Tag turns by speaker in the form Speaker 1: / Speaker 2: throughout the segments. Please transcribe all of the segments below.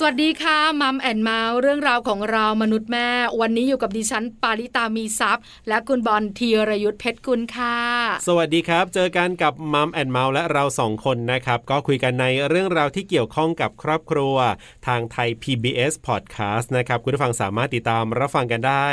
Speaker 1: สวัสดีค่ะมัมแอนเมาส์เรื่องราวของเรามนุษย์แม่ วันนี้อยู่กับดิฉันปาริตามีซัพย์ และคุณบอลธีรยุทธเพชรกุลค่ะ
Speaker 2: สวัสดีครับ เจอกันกับมัมแอนเมาส์และเราสองคนนะครับ ก็คุยกันในเรื่องราวที่เกี่ยวข้องกับครอบครัว ทางไทย PBS Podcast นะครับ คุณผู้ฟังสามารถติดตามรับฟังกันได้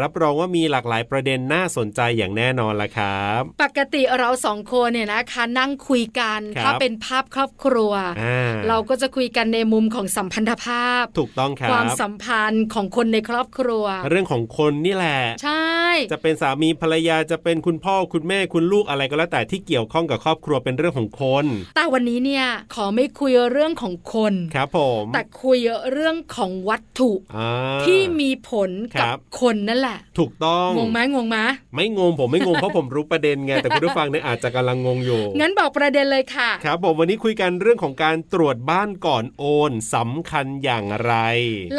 Speaker 2: รับรองว่ามีหลากหลายประเด็นน่าสนใจอย่างแน่นอนละครับ
Speaker 1: ปกติเราสองคนเนี่ยนะคะนั่งคุยกัน
Speaker 2: ครับ
Speaker 1: ถ้าเป็นภาพครอบครัว
Speaker 2: อ่
Speaker 1: เราก็จะคุยกันในมุมของสัมพันธภาพ
Speaker 2: ถูกต้องครั
Speaker 1: ความ
Speaker 2: บ
Speaker 1: สัมพันธ์ของคนในครอบครัว
Speaker 2: เรื่องของคนนี่แหละ
Speaker 1: ใช่
Speaker 2: จะเป็นสามีภรรยาจะเป็นคุณพ่อคุณแม่คุณลูกอะไรก็แล้วแต่ที่เกี่ยวข้องกับครอบครัวเป็นเรื่องของคน
Speaker 1: แต่วันนี้เนี่ยขอไม่คุยเรื่องของคน
Speaker 2: ครับผม
Speaker 1: แต่คุยเรื่องของวัตถุ
Speaker 2: อ่า
Speaker 1: ที่มีผลกั
Speaker 2: ครับ บ
Speaker 1: คนนั่นแหละ
Speaker 2: ถูกต้อง
Speaker 1: งงไหมงงไหม
Speaker 2: ไม่งงผมไม่งง เพราะผมรู้ประเด็นไง แต่คุณผู้ฟังเนี่ยอาจจะกำลังงงอยู่
Speaker 1: งั้นบอกประเด็นเลยค่ะ
Speaker 2: ครับผมวันนี้คุยกันเรื่องของการตรวจบ้านก่อนโอนสำคัญอย่างไร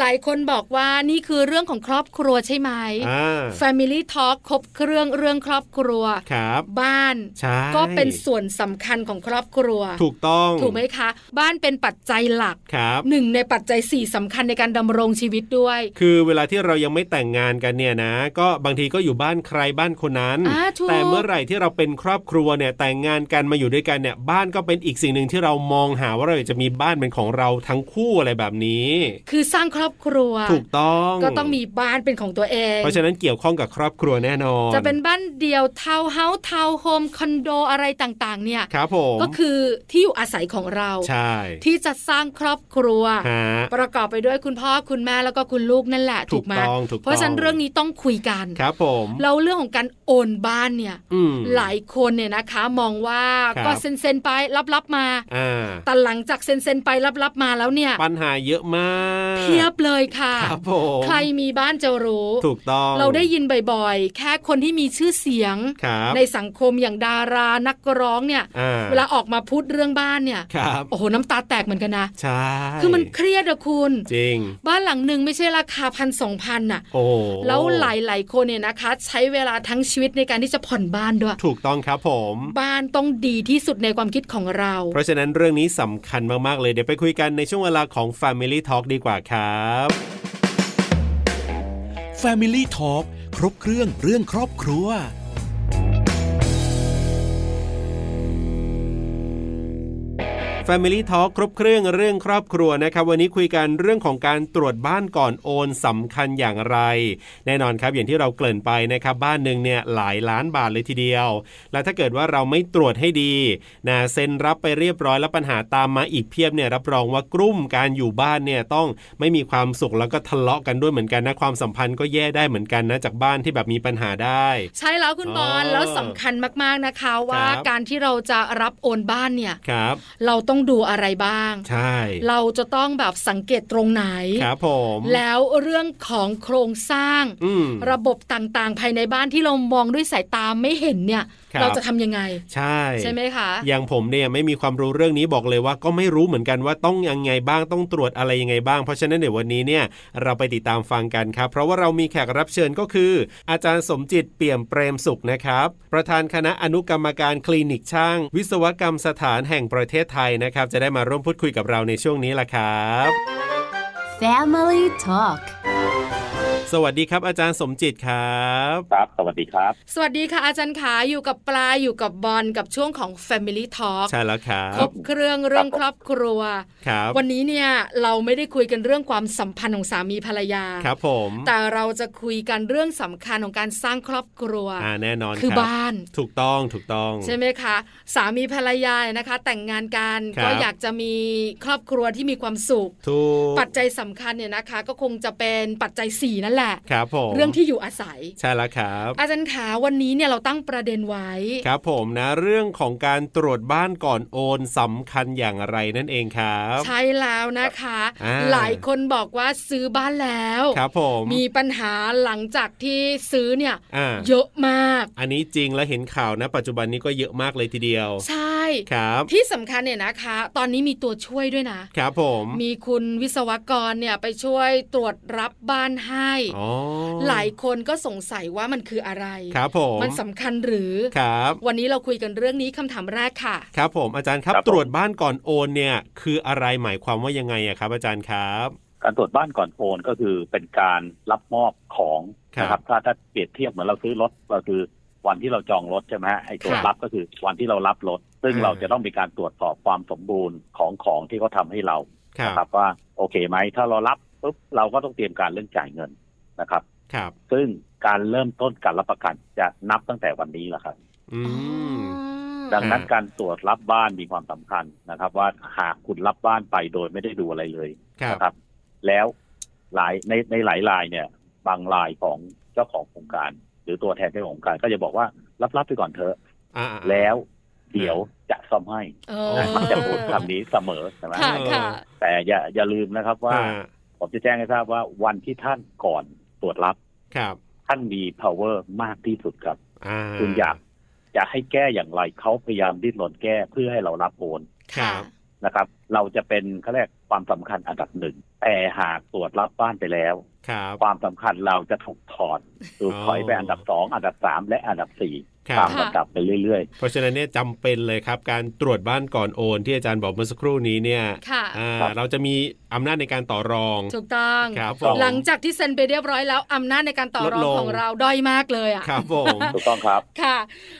Speaker 1: หลายคนบอกว่านี่คือเรื่องของครอบครัวใช่ไหม
Speaker 2: อ่า
Speaker 1: Family Talk ครบเครื่องเรื่องครอบครัว
Speaker 2: ครับ
Speaker 1: บ้าน
Speaker 2: ใช่
Speaker 1: ก็เป็นส่วนสำคัญของครอบครัว
Speaker 2: ถูกต้อง
Speaker 1: ถูกไหมคะ บ้านเป็นปัจจัยหลัก
Speaker 2: ครับ
Speaker 1: หนึ่งในปัจจัยสี่สำคัญในการดำรงชีวิตด้วย
Speaker 2: คือเวลาที่เรายังไม่แต่งงานกันเนี่ยนะ ก็บางทีก็อยู่บ้านใครบ้านคนนั้น
Speaker 1: อ่าถูก
Speaker 2: แต่เมื่อไหร่ที่เราเป็นครอบครัวเนี่ยแต่งงานกันมาอยู่ด้วยกันเนี่ยบ้านก็เป็นอีกสิ่งหนึ่งที่เรามองหาว่าเราอยากจะมีบ้านเป็นของเราทั้งคู่อะไรแบบนี้
Speaker 1: คือสร้างครอบครัว
Speaker 2: ถูกต้อง
Speaker 1: ก็ต้องมีบ้านเป็นของตัวเอง
Speaker 2: เพราะฉะนั้นเกี่ยวข้องกับครอบครัวแน่นอน
Speaker 1: จะเป็นบ้านเดี่ยวทาวน์เฮาส์ทาวน์โฮมคอนโดอะไรต่างๆ เนี่ย
Speaker 2: ครับผม
Speaker 1: ก็คือที่อยู่อาศัยของเรา
Speaker 2: ใช่
Speaker 1: ที่จะสร้างครอบครัว
Speaker 2: ฮะ
Speaker 1: ประกอบไปด้วยคุณพ่อคุณแม่แล้วก็คุณลูกนั่นแหละ
Speaker 2: ถู
Speaker 1: ถู
Speaker 2: ก
Speaker 1: กไหม
Speaker 2: ต้องถูกต้อง
Speaker 1: เพราะฉะนั้นเรื่องนี้ต้องคุยกัน
Speaker 2: ครับผม
Speaker 1: แล้วเรื่องของการโอนบ้านเนี่ย
Speaker 2: อืม
Speaker 1: หลายคนเนี่ยนะคะ มองว่า
Speaker 2: ครับ
Speaker 1: ก็เซ็นเซ็นๆไปรับรับๆมา
Speaker 2: อ่า
Speaker 1: แต่หลังจากเซ็นเซ็นๆไปรับรับๆมาแล้วเนี่ย
Speaker 2: ปัญหาเยอะมาก
Speaker 1: เพียบเลยค่ะ
Speaker 2: ครับผม
Speaker 1: ใครมีบ้านจะรู้
Speaker 2: ถูกต้อง
Speaker 1: เราได้ยินบ่อยๆ แค่คนที่มีชื่อเสียง
Speaker 2: ครับ
Speaker 1: ในสังคมอย่างดารานักร้องเนี่ย
Speaker 2: อ่า
Speaker 1: เวลาออกมาพูดเรื่องบ้านเนี่ย
Speaker 2: ครับ
Speaker 1: โอ้โหน้ำตาแตกเหมือนกันนะ
Speaker 2: ใช่
Speaker 1: คือมันเครียดอะคุณ
Speaker 2: จริง
Speaker 1: บ้านหลังหนึ่งไม่ใช่ราคาพันสองพันน่ะ
Speaker 2: โอ้
Speaker 1: แล้วหลายหลายๆคนเนี่ยนะคะ ใช้เวลาทั้งชีวิตในการที่จะผ่อนบ้านด้วย
Speaker 2: ถูกต้องครับผม
Speaker 1: บ้านต้องดีที่สุดในความคิดของเรา
Speaker 2: เพราะฉะนั้นเรื่องนี้สำคัญมาก ๆ เลย เดี๋ยวไปคุยกันในช่วงเวลาของ Family Talk ดีกว่าครับ
Speaker 3: Family Talk ครบเครื่องเรื่องครอบครัว
Speaker 2: Family Talk ครบเครื่องเรื่องครอบครัวนะครับวันนี้คุยกันเรื่องของการตรวจบ้านก่อนโอนสำคัญอย่างไร แน่นอนครับอย่างที่เราเกริ่นไปนะครับบ้านหนึ่งเนี่ยหลายล้านบาทเลยทีเดียว และถ้าเกิดว่าเราไม่ตรวจให้ดีนะเซ็นรับไปเรียบร้อยแล้วปัญหาตามมาอีกเพียบเนี่ยรับรองว่ากลุ่มการอยู่บ้านเนี่ยต้องไม่มีความสุขแล้วก็ทะเลาะกันด้วยเหมือนกันนะความสัมพันธ์ก็แย่ได้เหมือนกันนะจากบ้านที่แบบมีปัญหาได้
Speaker 1: ใช่แล้วคุณบอล
Speaker 2: อ๋อ
Speaker 1: แล้วสำคัญมากๆนะคะ ว่า
Speaker 2: ครับ
Speaker 1: การที่เราจะรับโอนบ้านเนี่ย
Speaker 2: ครับ
Speaker 1: เราต้องดูอะไรบ้าง
Speaker 2: ใช่
Speaker 1: เราจะต้องแบบสังเกตตรงไหน
Speaker 2: ครับผม
Speaker 1: แล้วเรื่องของโครงสร้าง
Speaker 2: อืม
Speaker 1: ระบบต่างๆ ภายในบ้านที่เรามองด้วยสายตาไม่เห็นเนี่ย
Speaker 2: ครับ
Speaker 1: เราจะทำยังไง
Speaker 2: ใช่
Speaker 1: ใช่ไหมคะ
Speaker 2: อย่างผมเนี่ยไม่มีความรู้เรื่องนี้บอกเลยว่าก็ไม่รู้เหมือนกันว่าต้องยังไงบ้างต้องตรวจอะไรยังไงบ้างเพราะฉะนั้นเดี๋ยววันนี้เนี่ยเราไปติดตามฟังกันครับ เพราะว่าเรามีแขกรับเชิญก็คือ อาจารย์สมจิตเปี่ยมเปรมสุขนะครับ ประธานคณะอนุกรรมการคลินิกช่าง วิศวกรรมสถานแห่งประเทศไทยนะครับ จะได้มาร่วมพูดคุยกับเราในช่วงนี้ล่ะครับ
Speaker 4: Family Talk
Speaker 2: สวัสดีครับอาจารย์สมจิตครับ
Speaker 5: ครับ สวัสดีครับ
Speaker 1: สวัสดีค่ะอาจารย์ขาอยู่กับปลาอยู่กับบอลกับช่วงของ Family Talk
Speaker 2: ใช่แล้วครั
Speaker 1: คร
Speaker 2: บบ
Speaker 1: เครื่องเรื่องครอบครัว
Speaker 2: ครับ
Speaker 1: วันนี้เนี่ยเราไม่ได้คุยกันเรื่องความสัมพันธ์ของสามีภรรยา
Speaker 2: ครับผม
Speaker 1: แต่เราจะคุยกันเรื่องสำคัญของการสร้างครอบครัว
Speaker 2: อ่าแน่นอน
Speaker 1: คือ
Speaker 2: รับ
Speaker 1: บ้าน
Speaker 2: ถูกต้องถูกต้อง
Speaker 1: ใช่ไหมคะ สามีภรรยาเนี่ยนะคะ แต่งงานกัน
Speaker 2: ครับ
Speaker 1: ก็อยากจะมีครอบครัวที่มีความสุข
Speaker 2: ถูก
Speaker 1: ปัจจัยสำคัญเนี่ยนะคะ ก็คงจะเป็นปัจจัย 4 นั่นแหละ
Speaker 2: ครับผม
Speaker 1: เรื่องที่อยู่อาศัย
Speaker 2: ใช่แล้วครับ
Speaker 1: อาจารย์ขาวันนี้เนี่ยเราตั้งประเด็นไว้
Speaker 2: ครับผมนะเรื่องของการตรวจบ้านก่อนโอนสำคัญอย่างไรนั่นเองครับ
Speaker 1: ใช่แล้วนะคะ
Speaker 2: อ่า
Speaker 1: หลายคนบอกว่าซื้อบ้านแล้ว
Speaker 2: ครับผม
Speaker 1: มีปัญหาหลังจากที่ซื้อเนี่ย
Speaker 2: อ่า
Speaker 1: เยอะมาก
Speaker 2: อันนี้จริงและเห็นข่าวนะ ปัจจุบันนี้ก็เยอะมากเลยทีเดียว
Speaker 1: ใช่
Speaker 2: ครับ
Speaker 1: ที่สำคัญเนี่ยนะคะ ตอนนี้มีตัวช่วยด้วยนะ
Speaker 2: ครับผม
Speaker 1: มีคุณวิศวกรเนี่ยไปช่วยตรวจรับบ้านให้
Speaker 2: อ๋อ
Speaker 1: หลายคนก็สงสัยว่ามันคืออะไร
Speaker 2: ครับผม
Speaker 1: มันสำคัญหรือ
Speaker 2: ครับ
Speaker 1: วันนี้เราคุยกันเรื่องนี้คำถามแรกค่ะ
Speaker 2: ครับผมอาจารย์ครับ
Speaker 5: ครับผม
Speaker 2: ตรวจบ้านก่อนโอนเนี่ยคืออะไรหมายความว่ายังไงอะครับ อาจารย์ครับ
Speaker 5: การตรวจบ้านก่อนโอนก็คือเป็นการรับมอบของ
Speaker 2: ครับ
Speaker 5: นะครับถ้าถ้าเปรียบเทียบเหมือนเราซื้อรถก็คือวันที่เราจองรถใช่ไหมฮะไอ้ตรวจ
Speaker 2: ครับ
Speaker 5: รับก็คือวันที่เรารับรถ ซึ่ง
Speaker 2: อ่า
Speaker 5: เราจะต้องมีการตรวจสอบความสมบูรณ์ของของที่เขาทำให้เรา
Speaker 2: ครับ
Speaker 5: นะครับว่าโอเคไหมถ้าเรารับปุ๊บเราก็ต้องเตรียมการเรื่องจ่ายเงินนะครับ
Speaker 2: ครับ
Speaker 5: ซึ่งการเริ่มต้นการรับประกันจะนับตั้งแต่วันนี้แหละครับ
Speaker 2: อืม
Speaker 5: ดังนั้น
Speaker 2: อ่า
Speaker 5: การตรวจรับบ้านมีความสำคัญนะครับ ว่าหากคุณรับบ้านไปโดยไม่ได้ดูอะไรเลย
Speaker 2: ครับ
Speaker 5: นะครับ แล้วหลายในในหลายรายเนี่ย บางรายของเจ้าของโครงการ หรือตัวแทนเจ้าของโครงการก็จะบอกว่ารับรับไปก่อนเถอะ
Speaker 2: อ่าๆ
Speaker 5: แล้วเดี๋ยวจะซ่อมให้
Speaker 1: เออ
Speaker 5: นะมักจะพูดคำนี้เสมอใช่ไหม
Speaker 1: ค่ะ
Speaker 2: เออ
Speaker 1: ค่ะ
Speaker 5: แต่อย่าอย่าลืมนะครับว่า
Speaker 2: อ่
Speaker 5: ผมจะแจ้งให้ทราบว่าวันที่ท่านก่อนตรวจรับ
Speaker 2: ครับ
Speaker 5: ท่านมี power มากที่สุดครับ
Speaker 2: อ่า
Speaker 5: คุณอยากจะให้แก้อย่างไรเขาพยายามดิ้นรนแก้เพื่อให้เรารับโอน
Speaker 2: ครับ
Speaker 5: นะครับ เราจะเป็นเขาเรียกความสำคัญอันดับหนึ่งแต่หากตรวจรับบ้านไปแล้ว
Speaker 2: ครับ
Speaker 5: ความสำคัญเราจะถูกถอดถูกถอยไป
Speaker 2: อ๋ออั
Speaker 5: อันดับสองอันดับสามและอันดับสี่
Speaker 2: ครั
Speaker 5: ตา
Speaker 2: บ
Speaker 5: มลำดับไปเรื่อย
Speaker 2: เพราะฉะนั้นเนี่ยจำเป็นเลยครับ การตรวจบ้านก่อนโอนที่อาจารย์บอกเมื่อสักครู่นี้เนี่ย
Speaker 1: ค่ะ
Speaker 2: อ่า
Speaker 5: ครับ
Speaker 2: เราจะมีอำนาจในการต่อรอง
Speaker 1: ถูกต้อง
Speaker 2: ครับผ
Speaker 5: ต้อ
Speaker 2: ม
Speaker 1: หลังจากที่เซ็นไปเรียบร้อยแล้วอำนาจในการต่อรอง
Speaker 2: ลดลง
Speaker 1: ของเราด้อยมากเลยอ่ะ
Speaker 2: ครับผม
Speaker 5: ๆถูกต้องครับ
Speaker 1: ค่ะ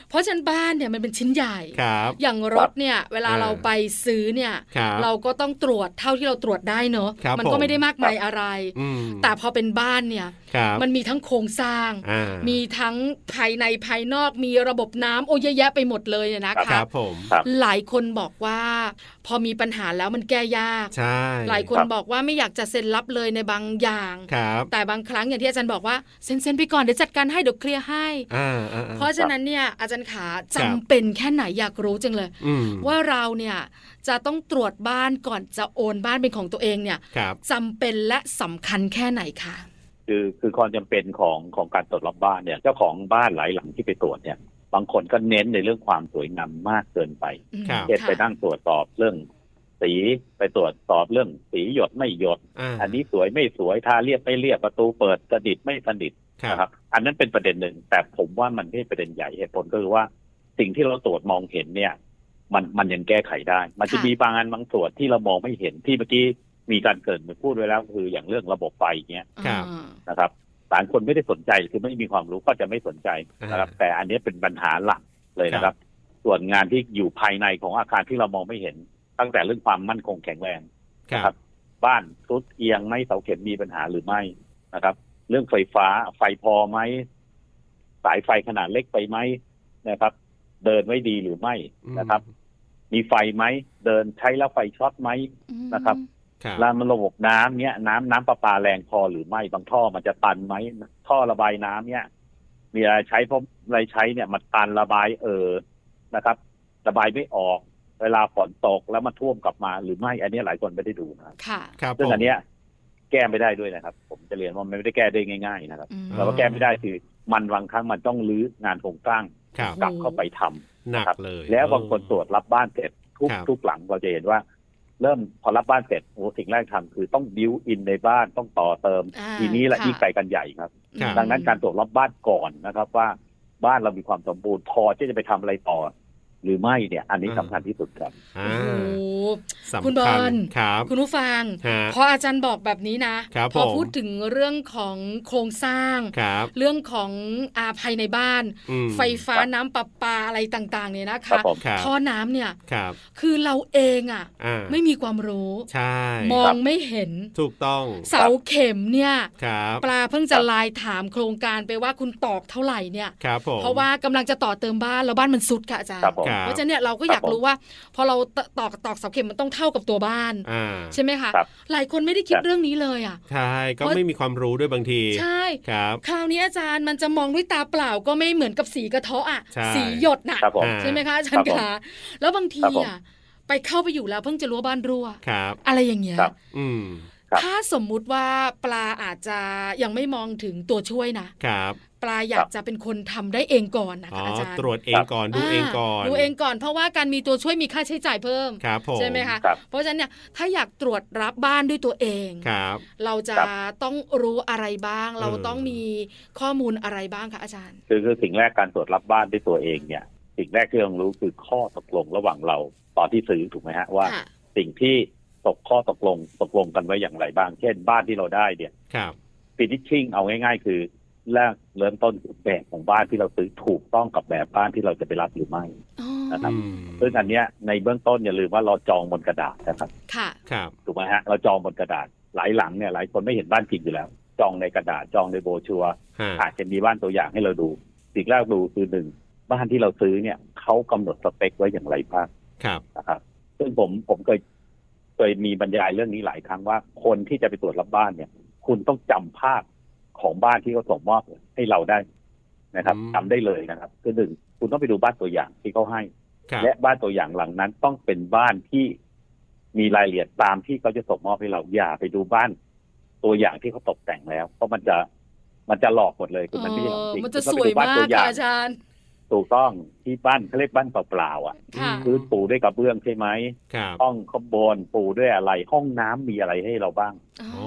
Speaker 1: เพราะฉะนั้นบ้านเนี่ยมันเป็นชิ้นใหญ่
Speaker 2: ครับ
Speaker 1: อย่างรถเนี่ยเวลา
Speaker 2: อ่า
Speaker 1: เราไปซื้อเนี่ย
Speaker 2: ครับ
Speaker 1: เราก็ต้องตรวจเท่าที่เราตรวจได้เนอะ
Speaker 2: ครับ
Speaker 1: มั
Speaker 2: ผม
Speaker 1: ก็ไม่ได้มากมายอะไร
Speaker 2: อืม
Speaker 1: แต่พอเป็นบ้านเนี่ย
Speaker 2: ครับ
Speaker 1: มันมีทั้งโครงสร้าง
Speaker 2: อ่า
Speaker 1: มีทั้งภายในภายนอกมีระบบน้ำโอ้เยอะแยะไปหมดเลยเนี่ยนะ
Speaker 5: ครั
Speaker 1: คะ
Speaker 2: ครับผม
Speaker 5: ครับ
Speaker 1: หลายคนบอกว่า พอมีปัญหาแล้วมันแก้ยาก
Speaker 2: ใช่
Speaker 1: หลายคน
Speaker 5: ครับ
Speaker 1: บอกว่าไม่อยากจะเซ็นรับเลยในบางอย่าง
Speaker 2: ครับ
Speaker 1: แต่บางครั้งอย่างที่อาจารย์บอกว่าเซ็นเซ็นไปก่อนเดี๋ยวจัดการให้เดี๋ยวเคลียร์ให้
Speaker 2: อ่าอ่าอ่า
Speaker 1: เพราะฉะนั้นเนี่ยอาจารย์ขา
Speaker 2: ครั
Speaker 1: จำ
Speaker 2: บ
Speaker 1: เป็นแค่ไหนอยากรู้จังเลย
Speaker 2: อืม
Speaker 1: ว่าเราเนี่ยจะต้องตรวจบ้านก่อนจะโอนบ้านเป็นของตัวเองเนี่ย
Speaker 2: ครับ
Speaker 1: จำเป็นและสำคัญแค่ไหนคะ
Speaker 5: คือคือความจำเป็นของของการตรวจรับบ้านเนี่ย เจ้าของบ้านหลายหลังที่ไปตรวจเนี่ย บางคนก็เน้นในเรื่องความสวยงามมากเกินไป
Speaker 1: อืม
Speaker 2: ครับ
Speaker 5: เช่น
Speaker 1: ค่ะ
Speaker 5: ไปนั่งตรวจสอบเรื่อง สีไปตรวจสอบเรื่องสีหยดไม่หยด
Speaker 2: อ่า
Speaker 5: อันนี้สวยไม่สวยทาเรียบไม่เรียบประตูเปิดสนิทไม่สนิท
Speaker 2: ครั
Speaker 5: นะ
Speaker 2: บ
Speaker 5: ครับ อันนั้นเป็นประเด็นหนึ่ง แต่ผมว่ามันไม่ใช่ประเด็นใหญ่เหตุผลก็คือว่า สิ่งที่เราตรวจมองเห็นเนี่ย มันมันยังแก้ไขได้ มันจะมีบางอันบางส่วนที่เรามองไม่เห็นที่เมื่อกี้มีการเกริดมาพูดไว้แล้วคืออย่างเรื่องระบบไฟเนี้ย
Speaker 2: ครับ
Speaker 1: อ่า
Speaker 5: นะครับหลายคนไม่ได้สนใจคือไม่มีความรู้ก็จะไม่สนใจนะครับ แต่อันนี้เป็นปัญหาหลักเลยนะครับ ส่วนงานที่อยู่ภายในของอาคารที่เรามองไม่เห็น ตั้งแต่เรื่องความมั่นคงแข็งแรง
Speaker 2: ครั
Speaker 5: ครับ บ บ้านทรุดเอียงไหมเสาเข็มมีปัญหาหรือไม่นะครับ เรื่องไฟฟ้าไฟพอไหมสายไฟขนาดเล็กไปไหมนะครับ เดินไว้ดีหรือไม่นะครับ
Speaker 2: อืม
Speaker 5: มีไฟไหมเดินใช้แล้วไฟช็อตไหม นะครับ
Speaker 2: ครับ
Speaker 5: แล้วมันระบบน้ำเนี้ยน้ำน้ำประปาแรงพอหรือไม่บางท่อมันจะตันไหมท่อระบายน้ำเนี้ยมีอะไรใช้เพราะอะไรใช้เนี่ยมันตันระบายเออนะครับ ระบายไม่ออก เวลาฝนตกแล้วมันท่วมกลับมาหรือไม่ อันนี้หลายคนไม่ได้ดูนะครับ
Speaker 1: ค่ะ
Speaker 2: ครับ
Speaker 5: ซึ่ง
Speaker 2: ผม
Speaker 5: อันเนี้ยแก้ไม่ได้ด้วยนะครับ ผมจะเรียนว่ามันไม่ได้แก้ได้ง่าย ๆ นะครับ
Speaker 1: อืม
Speaker 2: อ๋อ
Speaker 5: เราก็แก้ไม่ได้คือมันบางครั้งมันต้องรื้องานโครงสร้าง
Speaker 2: ครับ
Speaker 5: กลับเข้าไปทำ
Speaker 2: หนักเลย
Speaker 5: แล้วบางคน
Speaker 2: เออ
Speaker 5: ตรวจรับบ้านเสร็จทุก
Speaker 2: ครับ
Speaker 5: ทุกหลังเราจะเห็นว่า เริ่มพอรับบ้านเสร็จโอ้สิ่งแรกทำคือต้องบิวอินในบ้านต้องต่อเติม
Speaker 1: อ่า
Speaker 5: ทีนี้ละ
Speaker 1: ค่ะ
Speaker 5: ยิ่งไปกันใหญ่ครับ
Speaker 2: ครับ
Speaker 5: ดังนั้นการตรวจรับบ้านก่อนนะครับ ว่าบ้านเรามีความสมบูรณ์พอที่จะไปทำอะไรต่อ หรือไม่เนี่ย อันนี้สำคัญที่สุดครับ
Speaker 2: อ่า
Speaker 1: โอ้โห
Speaker 2: สำญ
Speaker 1: คุณบอล
Speaker 2: ครับ
Speaker 1: คุณผู้ฟัง
Speaker 2: ฮะ
Speaker 1: พออาจารย์บอกแบบนี้นะครับ พอ
Speaker 2: ผม
Speaker 1: พูดถึงเรื่องของโครงสร้าง
Speaker 2: ครับ
Speaker 1: เรื่องของอาภายในบ้าน
Speaker 2: อืม
Speaker 1: ไฟฟ้า
Speaker 5: ครับ
Speaker 1: น้ำประปาอะไรต่างๆ เนี่ยนะ
Speaker 5: ครั
Speaker 1: คะ
Speaker 5: บผม
Speaker 2: ครับ
Speaker 1: ท่อน้ำเนี่ย
Speaker 2: ครับ
Speaker 1: คือเราเองอ่ะ
Speaker 2: อ่า
Speaker 1: ไม่มีความรู้
Speaker 2: ใช่
Speaker 1: มองไม่เห็น
Speaker 2: ถูกต้อง
Speaker 1: เสาเข็มเนี่ย
Speaker 2: ครับ
Speaker 1: ปลาเพิ่งจะไลน์ถามโครงการไปว่าคุณตอกเท่าไหร่เนี่ย
Speaker 2: ครับผม
Speaker 1: เพราะว่ากำลังจะต่อเติมบ้านแล้วบ้านมันสุดค่ะอาจารย์
Speaker 5: ครับผม
Speaker 1: เพราะฉะนั้นเนี่ยเราก็อยากรู้ว่า พอเราตอกตอกเสาเข็มมันต้องเท่ากับตัวบ้าน
Speaker 2: อ่า
Speaker 1: ใช่ไหมคะ
Speaker 5: ครับ
Speaker 1: หลายคนไม่ได้คิด
Speaker 5: ครับ
Speaker 1: เรื่องนี้เลยอ่ะ
Speaker 2: ใช่ก็
Speaker 1: เพราะ
Speaker 2: ไม่มีความรู้ด้วยบางที
Speaker 1: ใช่
Speaker 2: ครับ
Speaker 1: คราวนี้อาจารย์มันจะมองด้วยตาเปล่าก็ไม่เหมือนกับสีกระเทาะอ่ะ
Speaker 2: ใช่
Speaker 1: สีหยดน่ะ
Speaker 5: ครับผม
Speaker 2: อ่า
Speaker 1: ใช่ไหมคะอาจารย์
Speaker 5: ครับผม
Speaker 1: คะแล้วบางที
Speaker 5: ครับผม
Speaker 1: อ่ะไปเข้าไปอยู่แล้วเพิ่งจะรู้ว่าบ้านรั่ว
Speaker 2: ครับ
Speaker 1: อะไรอย่างเงี้ย
Speaker 5: ครับ
Speaker 2: อืม
Speaker 5: ครับ
Speaker 1: ถ้าสมมุติว่าปลาอาจจะยังไม่มองถึงตัวช่วยนะ
Speaker 2: ครับ
Speaker 1: ปลาอยากจะเป็นคนทำได้เองก่อนนะ
Speaker 2: อ๋อ
Speaker 1: คะอาจารย์
Speaker 2: ตรวจเองก่อนดูเองก่อนา
Speaker 1: ดูเองก่อนเพราะว่าการมีตัวช่วยมีค่าใช้จ่ายเพิ่ม
Speaker 2: ครับผม
Speaker 1: ใช่ไหมคะ
Speaker 5: ครับ
Speaker 1: เพราะฉะนั้นเนี่ยถ้าอยากตรวจรับบ้านด้วยตัวเอง
Speaker 2: ครับ
Speaker 1: เราจะ
Speaker 5: ครับ
Speaker 1: ต้องรู้อะไรบ้าง เรา
Speaker 2: เออ
Speaker 1: ต้องมีข้อมูลอะไรบ้างคะอาจารย์
Speaker 5: คือคือสิ่งแรกการตรวจรับบ้านด้วยตัวเองเนี่ย สิ่งแรกที่ต้องรู้คือข้อตกลงระหว่างเราตอนที่ซื้อถูกไหมฮะว่า
Speaker 1: ค่ะ
Speaker 5: สิ่งที่ตกข้อตกลงตกลงกันไว้อย่างไรบ้าง เช่นบ้านที่เราได้เนี่ย
Speaker 2: ครับ
Speaker 5: ฟินิชชิ่งเอาง่ายๆ คือแรกเริ่มต้นคือแบบของบ้านที่เราซื้อถูกต้องกับแบบบ้านที่เราจะไปรับหรือไม่
Speaker 1: อ๋อ
Speaker 5: นะครับ ซึ่งอันเนี้ยในเบื้องต้นอย่าลืมว่าเราจองบนกระดาษนะครับ
Speaker 1: ค่ะ
Speaker 2: ครับ
Speaker 5: ถูกไหมฮะเราจองบนกระดาษหลายหลังเนี่ยหลายคนไม่เห็นบ้านจริงอยู่แล้ว จองในกระดาษจองในโบรชัวร์
Speaker 2: ฮะ
Speaker 5: อาจจะมีบ้านตัวอย่างให้เราดู สิ่งแรกดูคือหนึ่งบ้านที่เราซื้อเนี่ยเขากำหนดสเปคไว้อย่างไรบ้าง
Speaker 2: ครับ
Speaker 5: นะครับซึ่งผมผมเคยเคยมีบรรยายเรื่องนี้หลายครั้งว่า คนที่จะไปตรวจรับบ้านเนี่ย คุณต้องจำภาพของบ้านที่เขาส่งมอบให้เราได้นะครับ
Speaker 2: อืม
Speaker 5: จำได้เลยนะครับคือหนึ่งคุณต้องไปดูบ้านตัวอย่างที่เขาให้
Speaker 2: ครับ
Speaker 5: และบ้านตัวอย่างหลังนั้นต้องเป็นบ้านที่มีรายละเอียดตามที่เขาจะส่งมอบให้เราอย่าไปดูบ้าน ตัวอย่างที่เขาตกแต่งแล้ว เพราะมันจะมันจะหลอกหมดเลยคือมันไม่ใช่ของจริง
Speaker 1: มันจะ
Speaker 5: คุณ
Speaker 1: ส
Speaker 5: ต้อ
Speaker 1: ว
Speaker 5: งไป
Speaker 1: ย
Speaker 5: ดูบ้าน
Speaker 1: มาก
Speaker 5: ตัวอ
Speaker 1: ค่ะ
Speaker 5: ย่าง
Speaker 1: อาจารย์
Speaker 5: ถูกต้องที่บ้านเขาเรียกบ้านเปล่าๆอ่ะ
Speaker 1: ค่ะ
Speaker 5: พื้นปูด้วยกระเบื้องใช่ไหม
Speaker 2: ครับ
Speaker 5: ห้องข้างบนปูด้วยอะไรห้องน้ำมีอะไรให้เราบ้าง
Speaker 1: อ๋อ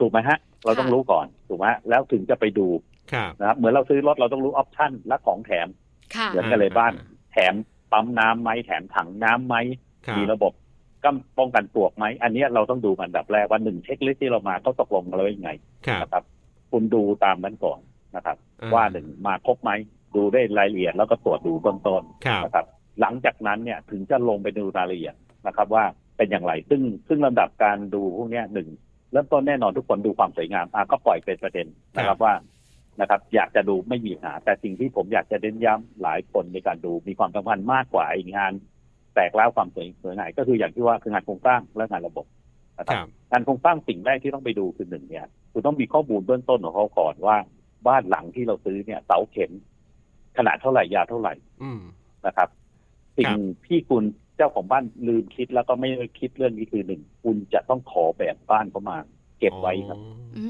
Speaker 5: ถูกไหมฮะ เราต้อง
Speaker 1: ค่ะ
Speaker 5: รู้ก่อนถูกไหมฮะแล้วถึงจะไปดู
Speaker 2: ครับ
Speaker 5: นะครับเหมือนเราซื้อรถเราต้องรู้ออปชั่นและของแถม
Speaker 1: ค่ะ
Speaker 5: เหมือนกันเลยบ้าน แถมปั๊มน้ำไหมแถมถังน้ำไหม
Speaker 2: ครับ
Speaker 5: มีระบบกํป้องกันปลวกไหมอันเนี้ยเราต้องดูอันดับแรกว่าหนึ่งเช็คลิสต์ที่เรามาเขาตกลงกันไว้ยังไง
Speaker 2: ครับ
Speaker 5: นะครับ คุณดูตามนั้นก่อนนะครับ
Speaker 2: อ่
Speaker 5: ว่าหนึ่งมาครบไหมดูได้รายละเอียดแล้วก็ตรวจดูเบื้องต้น
Speaker 2: ครับ
Speaker 5: นะครับหลังจากนั้นเนี่ยถึงจะลงไปดูรายละเอียดนะครับ ว่าเป็นอย่างไร ซึ่งซึ่งลำดับการดูพวกเนี้ยหนึ่งเริ่มต้นแน่นอนทุกคนดูความสวยงามอ่ะก็ปล่อยเป็นประเด็นนะค
Speaker 2: ครั
Speaker 5: รับบ ว่านะครับอยากจะดูไม่มีปัญหาแต่สิ่งที่ผมอยากจะเน้นย้ำหลายคนในการดูมีความสำคัญมากกว่าไอ้งาน แตกแล้วความสวยสวยงามก็คืออย่างที่ว่าคืองานโครงสร้างและงานระบบนะค
Speaker 2: ครับ รับ
Speaker 5: งานโครงสร้างสิ่งแรกที่ต้องไปดูคือหนึ่งเนี่ยคุณต้องมีข้อมูลเบื้องต้นของเขาก่อนว่า บ้านหลังที่เราซื้อเนี่ยเสาเข็ม ขนาดเท่าไหร่ยาวเท่าไหร่
Speaker 2: อืม
Speaker 5: นะครับสิ่
Speaker 2: ครั
Speaker 5: ง
Speaker 2: บ
Speaker 5: ที่คุณเจ้าของบ้านลืมคิดแล้วก็ไม่ได้คิดเรื่องนี้คือหนึ่งคุณจะต้องขอแบบบ้านเขามา เก็บไว้ครับ
Speaker 1: อื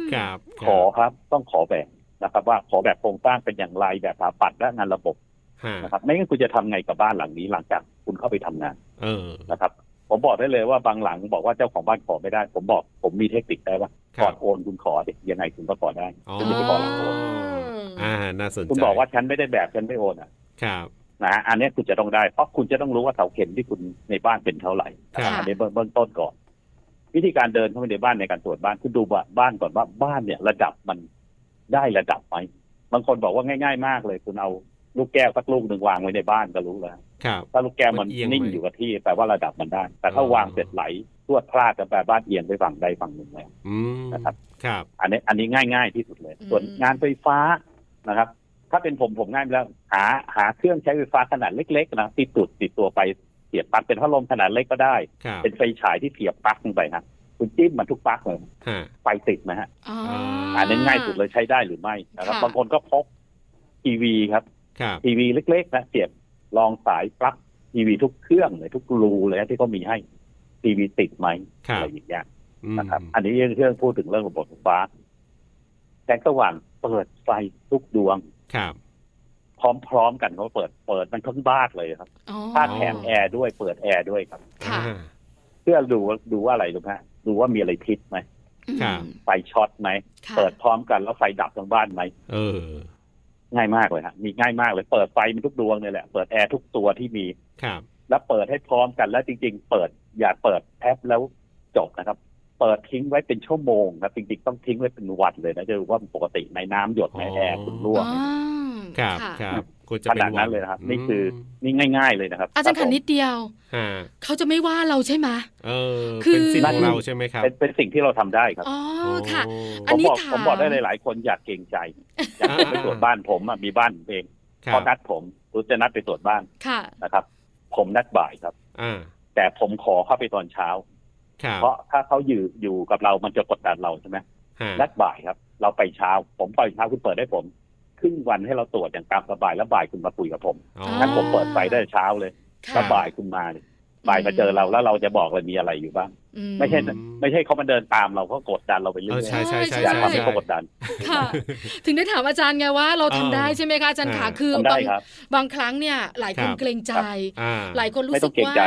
Speaker 1: ม
Speaker 2: ครับ
Speaker 5: ขอครับต้องขอแบบนะครับ ว่าขอแบบโครงสร้างเป็นอย่างไรแบบสถาปัตย์และงานระบบ
Speaker 2: ฮะ
Speaker 5: นะครับไม่งั้นคุณจะทำไงกับบ้านหลังนี้หลังจากคุณเข้าไปทำงาน
Speaker 2: เออ
Speaker 5: นะครับ ผมบอกได้เลยว่าบางหลังบอกว่าเจ้าของบ้านขอไม่ได้ ผมบอกผมมีเทคนิคได้ว่า
Speaker 2: ค
Speaker 5: ก่
Speaker 2: รั
Speaker 5: อน
Speaker 2: บ
Speaker 5: โอนคุณขอดิยังไงคุณก็ขอได้
Speaker 2: อ๋อ
Speaker 5: คุณจะไปขอหลังโอน
Speaker 2: อ่า น่าสนใจ
Speaker 5: คุณบอกว่าฉันไม่ได้แบบฉันไม่โอนอ่ะ
Speaker 2: ครับ
Speaker 5: นะฮะอันเนี้ยคุณจะต้องได้เพราะคุณจะต้องรู้ว่าเสาเข็มที่คุณในบ้านเป็นเท่าไหร่
Speaker 2: ครับ
Speaker 5: อันนี้เบื้องเบื้องต้นก่อน วิธีการเดินเข้าไปในบ้านในการตรวจบ้านคุณดูว่าบ้านก่อนว่าบ้านเนี่ย ระดับมันได้ระดับไหมบางคนบอกว่าง่าย ๆ มากเลย คุณเอาลูกแก้วสักลูกหนึ่งวางไว้ในบ้านก็รู้แล้ว
Speaker 2: ครับ
Speaker 5: ถ้าลูกแก้วมั
Speaker 2: มั
Speaker 5: น
Speaker 2: นเอียงไหม
Speaker 5: นิ่งอยู่กับที่แปลว่าระดับมันได้ แต่ถ้า
Speaker 2: อ๋อ
Speaker 5: วางเสร็จไหลพรวดพลาดจะแปลบ้านเอียงไปฝั่งใดฝั่งหนึ่งแล้ว
Speaker 2: อืม
Speaker 5: นะครับ
Speaker 2: ครับ
Speaker 5: อันนี้อันนี้ง่าย ๆ ที่สุดเลย ส่วนงานไฟฟ้านะครับ ถ้าเป็นผมผมง่ายไปแล้ว หาหาเครื่องใช้ไฟฟ้าขนาดเล็กๆนะติดตุดติดตัวไปเสียบปลั๊กเป็นพัดลมขนาดเล็กก็ได้
Speaker 2: ครับ
Speaker 5: เป็นไฟฉายที่เสียบปลั๊กลงไปนะคุณจิ้มมันทุกปลั๊กเลย
Speaker 2: ฮะ
Speaker 5: ไฟติดนะฮะ
Speaker 1: อ๋อ
Speaker 5: อันนี้ง่ายสุดเลยใช้ได้หรือไม่นะครับ
Speaker 1: ค่ะ
Speaker 5: บางคนก็พกทีวีครับ
Speaker 2: ครับ
Speaker 5: ทีวีเล็กๆนะเสียบลองสายปลั๊กทีวีทุกเครื่องเลยทุกรูเลยนะที่เขามีให้ทีวีติดไหม
Speaker 2: ครับ
Speaker 5: อะไรอย่างเงี้ย
Speaker 2: อืม
Speaker 5: นะครับ อันนี้เรื่องพูดถึงเรื่องระบบไฟฟ้าแสงสว่างเปิดไฟทุกดวง
Speaker 2: ครับ
Speaker 5: พร้อมๆกันเขาเปิดเปิดมันทั้งบ้านเลยครับ
Speaker 1: อ๋อ
Speaker 5: ถ้าแถมแอร์ด้วยเปิดแอร์ด้วยครับ
Speaker 1: ค่ะ
Speaker 2: อ่า
Speaker 5: เพื่อดูว่าดูว่าอะไรรู้ไหมฮะดูว่ามีอะไรทิศไหม
Speaker 2: ครับ
Speaker 5: ไฟช็อตไหม
Speaker 1: ค่ะ
Speaker 5: เปิดพร้อมกันแล้วไฟดับทั้งบ้านไหม
Speaker 2: เออ
Speaker 5: ง่ายมากเลยฮะมีง่ายมากเลย เปิดไฟมันทุกดวงเลยแหละเปิดแอร์ทุกตัวที่มี
Speaker 2: ครับ
Speaker 5: แล้วเปิดให้พร้อมกันแล้วจริง ๆ เปิดอย่าเปิดแอปแล้วจบนะครับ เปิดทิ้งไว้เป็นชั่วโมงครับจริงๆต้องทิ้งไว้เป็นวันเลยนะจะรู้ว่าปกติในน้ำหยดในแอร์คุณรั่ว
Speaker 1: อ๋อ
Speaker 2: ครับ
Speaker 1: ค่ะ
Speaker 2: ครับกูจะ
Speaker 5: ข
Speaker 2: เป็น
Speaker 5: นาดนั้นเลยนะครับ
Speaker 2: หวัด
Speaker 5: นี่คือนี่ง่าย ๆเลยนะครับ
Speaker 1: อาจารย์
Speaker 5: ค
Speaker 1: ขั
Speaker 5: บ
Speaker 1: น
Speaker 5: ผม
Speaker 1: นิดเดียว
Speaker 2: ฮะ
Speaker 1: เขาจะไม่ว่าเราใช่ไหม
Speaker 2: เออ
Speaker 1: คือ
Speaker 2: เป็นสิทธิ์ของเราใช่ไหมครับ
Speaker 5: เป็นเป็นสิ่งที่เราทำได้ครับ
Speaker 1: อ๋อ
Speaker 2: โอ้
Speaker 1: ค่ะ อั
Speaker 5: ผ
Speaker 1: น
Speaker 5: ม
Speaker 1: นี้
Speaker 5: บอก
Speaker 1: ถาม
Speaker 5: ผมบอกได้เลยหลายคนอยากเกรงใจอยากไป
Speaker 2: อ่า
Speaker 5: ตรวจบ้านผมอะมีบ้านเอง
Speaker 2: ครั
Speaker 5: เขา
Speaker 2: บ
Speaker 5: นัดผมรู้จะนัดไปตรวจบ้าน
Speaker 1: ค่ะ
Speaker 5: นะครับ ผมนัดบ่ายครับ
Speaker 2: อ่า
Speaker 5: แต่ผมขอเข้าไปตอนเช้า
Speaker 2: ครับ
Speaker 5: เพราะถ้าเขาอยู่อยู่กับเรามันจะกดดันเราใช่ไหม
Speaker 2: ฮะ
Speaker 5: นัดบ่ายครับ เราไปเช้า ผมไปเช้าคุณเปิดได้ผม ครึ่งวันให้เราตรวจอย่างตามสบายแล้วบ่ายคุณมาคุยกับผม
Speaker 2: อ๋อ
Speaker 5: งั้นผมเปิดไฟได้เช้าเลย
Speaker 1: ค่ะ
Speaker 5: แล้วบ่ายคุณมาเลย บ่ายมาเจอเราแล้วเราจะบอกเลยมีอะไรอยู่บ้าง
Speaker 1: อื
Speaker 5: ไม่ใช่
Speaker 2: อืม
Speaker 5: ไม่ใช่เขามาเดินตามเราเขากดดันเราไปเรื่
Speaker 2: เอ
Speaker 5: อ
Speaker 2: อย ใช่
Speaker 1: ใช่
Speaker 2: ใช่
Speaker 1: ใช่
Speaker 2: ใช่
Speaker 5: อยาก
Speaker 2: ใช่
Speaker 5: ทำให้เขา
Speaker 2: ใช่
Speaker 5: กดดัน
Speaker 1: ค่ะ ถึงได้ถามอาจารย์ไงว่าเราทำได้ใช่ไหมคะอาจารย์ขา
Speaker 2: อ่า
Speaker 1: คือ
Speaker 5: ทำได้
Speaker 1: บาง
Speaker 5: ครับ
Speaker 1: บางครั้งเนี่ยหลายคน
Speaker 2: ครับ
Speaker 1: เกรงใจ
Speaker 2: อ่า
Speaker 1: หลายคนรู้
Speaker 5: ไม่ต้
Speaker 1: สึ
Speaker 5: อก งเกรง
Speaker 1: ว่า
Speaker 5: ใจ